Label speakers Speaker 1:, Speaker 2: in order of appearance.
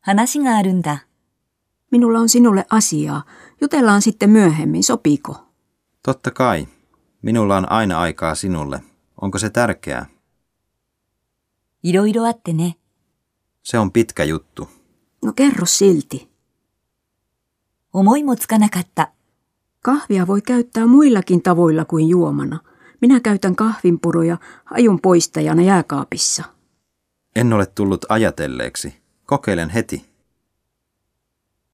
Speaker 1: 話があるんだ。
Speaker 2: Minulla on sinulle asiaa. Jutellaan sitten myöhemmin, sopiiko?
Speaker 3: Totta kai. Minulla on aina aikaa sinulle. Onko se tärkeää?
Speaker 1: いろいろあってね。
Speaker 3: Se on pitkä juttu.
Speaker 2: No kerro silti.
Speaker 1: 思いもつかなかった。
Speaker 2: Kahvia voi käyttää muillakin tavoilla kuin juomana. Minä käytän kahvinpuruja hajun poistajana jääkaapissa.
Speaker 3: En ole tullut ajatelleeksi. Kokeilen heti.